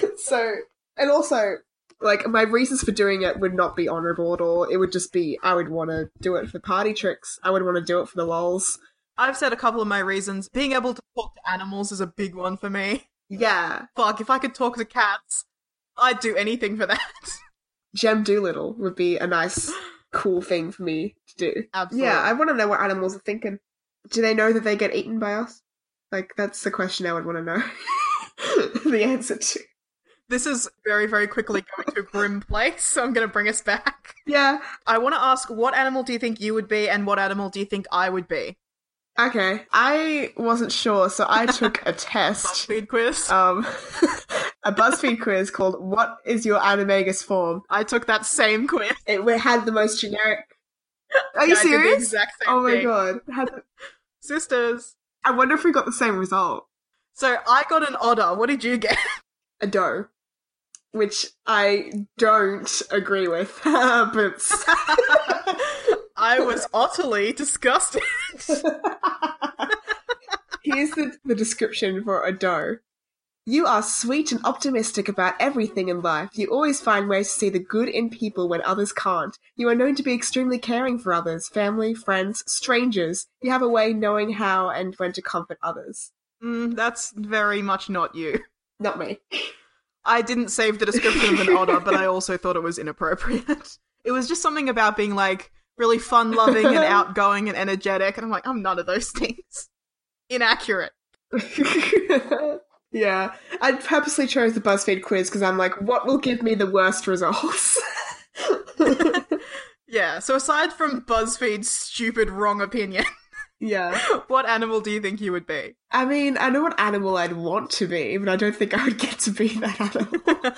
so, and also, like, my reasons for doing it would not be honorable at all. It would just be, I would want to do it for party tricks. I would want to do it for the lols. I've said a couple of my reasons. Being able to talk to animals is a big one for me. Yeah. Fuck, if I could talk to cats, I'd do anything for that. Gem Doolittle would be a nice, cool thing for me to do. Absolutely. Yeah, I want to know what animals are thinking. Do they know that they get eaten by us? Like, that's the question I would want to know the answer to. This is very, very quickly going to a grim place, so I'm going to bring us back. Yeah. I want to ask what animal do you think you would be and what animal do you think I would be? Okay. I wasn't sure, so I took a test, Speed quiz. um, a BuzzFeed quiz called "What is your animagus form?" I took that same quiz. It had the most generic Are I did you the serious? exact same Oh my thing. god. How the- Sisters. I wonder if we got the same result. So I got an odder. What did you get? A dough. Which I don't agree with. but I was utterly disgusted. Here's the, the description for a dough. You are sweet and optimistic about everything in life. You always find ways to see the good in people when others can't. You are known to be extremely caring for others, family, friends, strangers. You have a way knowing how and when to comfort others. Mm, that's very much not you. Not me. I didn't save the description of an otter, but I also thought it was inappropriate. It was just something about being like really fun loving and outgoing and energetic, and I'm like, I'm none of those things. Inaccurate. yeah. I purposely chose the BuzzFeed quiz because I'm like, what will give me the worst results? Yeah, so aside from BuzzFeed's stupid wrong opinion, yeah. what animal do you think you would be? I mean, I know what animal I'd want to be, but I don't think I would get to be that animal.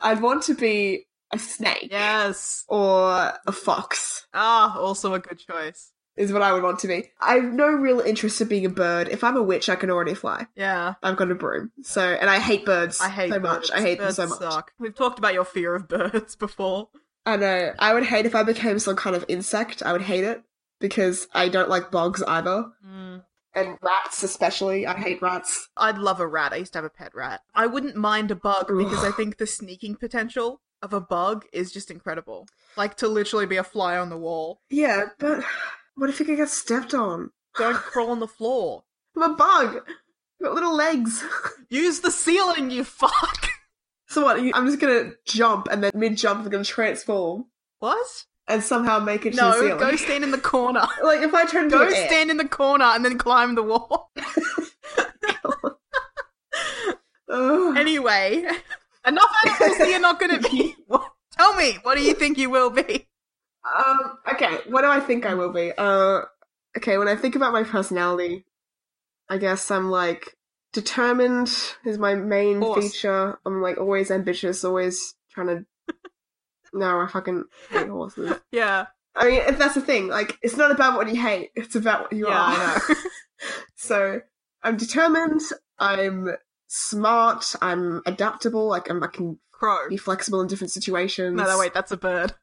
I'd want to be a snake Yes. or a fox, Ah, also a good choice. is what I would want to be. I have no real interest in being a bird. If I'm a witch, I can already fly. Yeah. I've got a broom. So, and I hate birds I hate so birds. much. I hate birds them so much. Suck. We've talked about your fear of birds before. I know. I would hate if I became some kind of insect. I would hate it because I don't like bugs either. Mm. And rats, especially. I hate rats. I'd love a rat. I used to have a pet rat. I wouldn't mind a bug because I think the sneaking potential of a bug is just incredible. Like to literally be a fly on the wall. Yeah, but what if you could get stepped on? Don't crawl on the floor. I'm a bug. I've got little legs. Use the ceiling, you fuck. so what? you- I'm just gonna jump, and then mid jump, I'm gonna transform What? and somehow make it to the No, ceiling. go stand in the corner. like if I turn into Go an ant- stand in the corner and then climb the wall. Ugh. Anyway, enough animals that you're not going to be. What- Tell me, what do you think you will be? Um. Okay. What do I think I will be? Uh. Okay. When I think about my personality, I guess I'm like determined is my main Of course. feature. I'm like always ambitious, always trying to. no, I fucking hate horses. Yeah, I mean, if that's the thing. Like, it's not about what you hate; it's about what you yeah, are. I know. So I'm determined. I'm smart. I'm adaptable. Like I'm, I can Crow. be flexible in different situations. No, no, wait, that's a bird.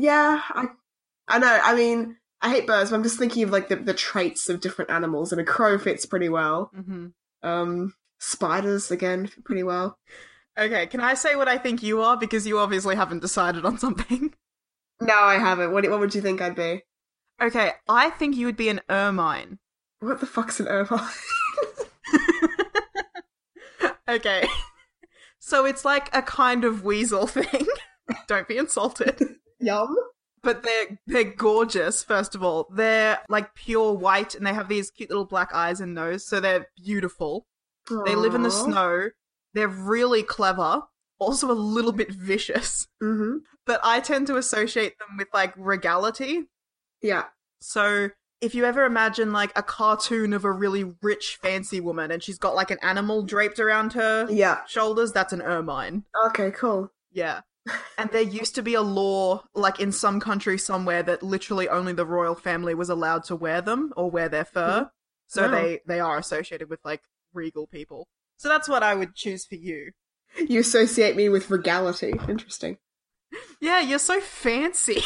Yeah, I, I know. I mean, I hate birds, but I'm just thinking of like the, the traits of different animals, and a crow fits pretty well. Mm-hmm. Um, spiders again fit pretty well. Okay, can I say what I think you are? Because you obviously haven't decided on something. No, I haven't. What what would you think I'd be? Okay, I think you would be an ermine. What the fuck's an ermine? Okay. So it's like a kind of weasel thing. Don't be insulted. Yum. But they're they're gorgeous, first of all. They're like pure white and they have these cute little black eyes and nose, so they're beautiful. They live in the snow. They're really clever, also a little bit vicious. hmm But I tend to associate them with like regality, Yeah. So if you ever imagine like a cartoon of a really rich, fancy woman and she's got like an animal draped around her Yeah. shoulders, that's an ermine. Okay. Cool. Yeah. And there used to be a law, like in some country somewhere, that literally only the royal family was allowed to wear them or wear their fur. So Wow. they they are associated with like regal people. So that's what I would choose for you. You associate me with regality. Interesting. Yeah, you're so fancy.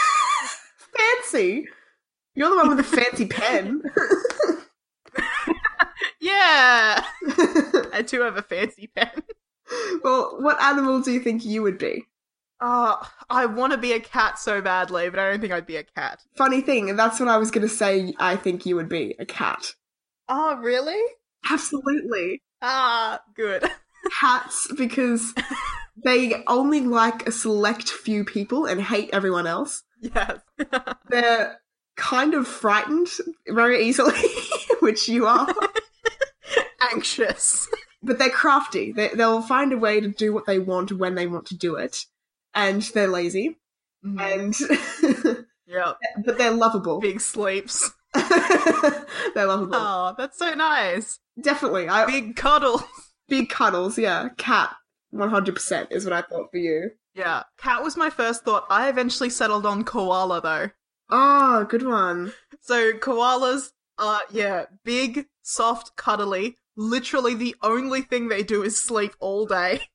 fancy. You're the one with the fancy pen. yeah. I do have a fancy pen. well, what animal do you think you would be? Oh, I want to be a cat so badly, but I don't think I'd be a cat. Funny thing, and that's what I was going to say I think you would be a cat. Oh, really? Absolutely. Ah, good. Cats, because they only like a select few people and hate everyone else. Yes. They're kind of frightened very easily, which you are. Anxious. but they're crafty. They, they'll find a way to do what they want when they want to do it, and they're lazy. And Yep. but they're lovable. Big sleeps. they're lovable. Oh, that's so nice. Definitely, I big, Big cuddles. cuddles. Yeah, cat. One hundred percent is what I thought for you. Yeah. Cat was my first thought. I eventually settled on koala though. Oh, good one. So koalas are yeah, big, soft, cuddly. Literally the only thing they do is sleep all day.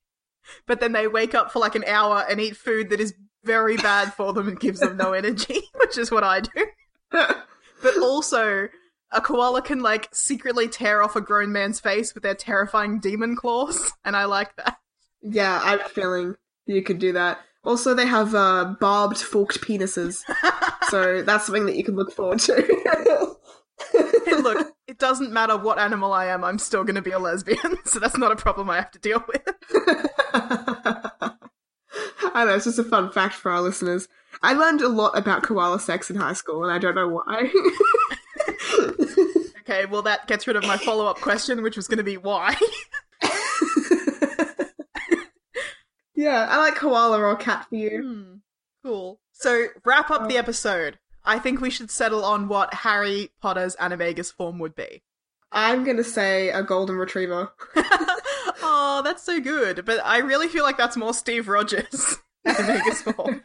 But then they wake up for like an hour and eat food that is very bad for them and gives them no energy, which is what I do. But also a koala can like secretly tear off a grown man's face with their terrifying demon claws, and I like that. yeah, I'm feeling you could do that. Also, they have uh, barbed, forked penises, so that's something that you can look forward to. Hey, look, it doesn't matter what animal I am, I'm still going to be a lesbian, so that's not a problem I have to deal with. I know, it's just a fun fact for our listeners. I learned a lot about koala sex in high school, and I don't know why. Okay, well, that gets rid of my follow up question, which was going to be why. yeah, I like koala or cat for you. cool. So, wrap up the episode. I think we should settle on what Harry Potter's Animagus form would be. I'm gonna say a golden retriever. Oh, that's so good, but I really feel like that's more Steve Rogers. Animagus form.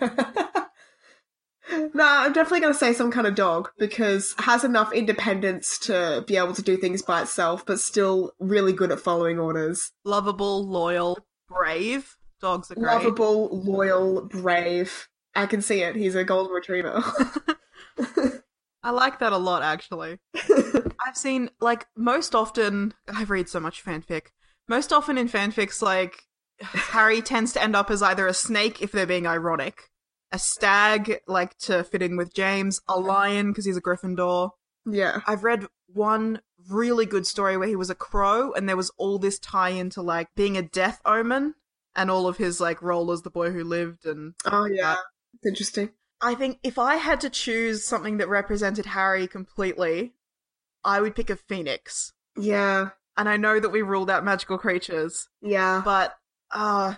No, I'm definitely going to say some kind of dog because it has enough independence to be able to do things by itself, but still really good at following orders. Lovable, loyal, brave. Dogs are great. Lovable, loyal, brave. I can see it. He's a golden retriever. I like that a lot, actually. I've seen, like, most often, I read so much fanfic. Most often in fanfics, like, Harry tends to end up as either a snake if they're being ironic, a stag, like, to fit in with James, a lion because he's a Gryffindor. yeah. I've read one really good story where he was a crow and there was all this tie into, like, being a death omen and all of his, like, role as the boy who lived and Oh, yeah. It's interesting. I think if I had to choose something that represented Harry completely, I would pick a phoenix. Yeah. And I know that we ruled out magical creatures, Yeah. but uh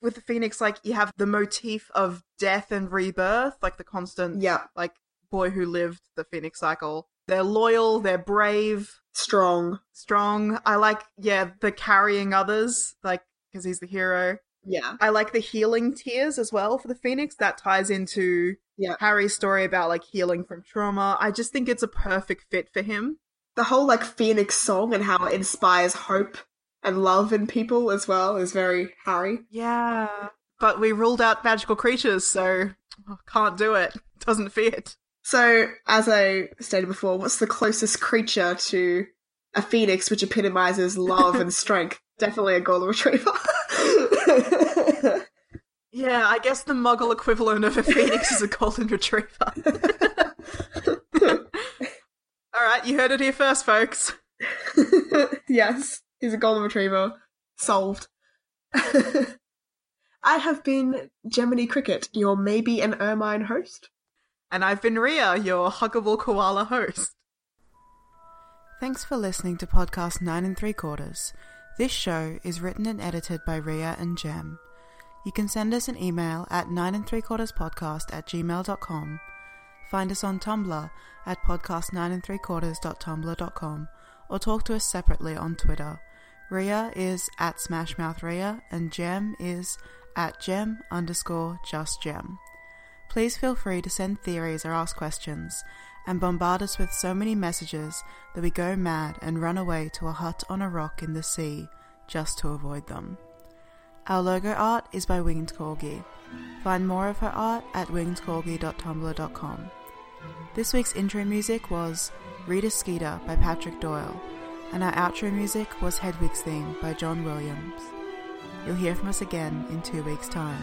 with the phoenix like you have the motif of death and rebirth, like the constant Yeah. like boy who lived the phoenix cycle. They're loyal, they're brave, Strong. strong. I like yeah, the carrying others like because he's the hero. Yeah. I like the healing tears as well for the Phoenix. That ties into Yeah. Harry's story about like healing from trauma. I just think it's a perfect fit for him. The whole, like, Phoenix song and how it inspires hope and love in people as well is very Harry. Yeah. But we ruled out magical creatures, so oh, can't do it. Doesn't fit. So, as I stated before, what's the closest creature to a phoenix which epitomizes love and strength? Definitely a golden retriever. Yeah, I guess the muggle equivalent of a phoenix is a golden retriever. All right, you heard it here first, folks. yes, he's a golden retriever. Solved. I have been Gemini Cricket, your maybe an ermine host. And I've been Ria, your huggable koala host. Thanks for listening to podcast 9 and 3 quarters. This show is written and edited by Ria and Jem. You can send us an email at 9 and 3 quarters podcast at gmail.com. Find us on Tumblr at podcast 9 and 3 quarters.tumblr.com or talk to us separately on Twitter. Ria is at Smashmouth Ria and Jem is at Jem underscore just Jem please feel free to send theories or ask questions and bombard us with so many messages that we go mad and run away to a hut on a rock in the sea just to avoid them. Our logo art is by Winged Corgi. Find more of her art at wingedcorgi.tumblr.com. This week's intro music was Rita Skeeter by Patrick Doyle, and our outro music was Hedwig's Theme by John Williams. You'll hear from us again in two weeks' time.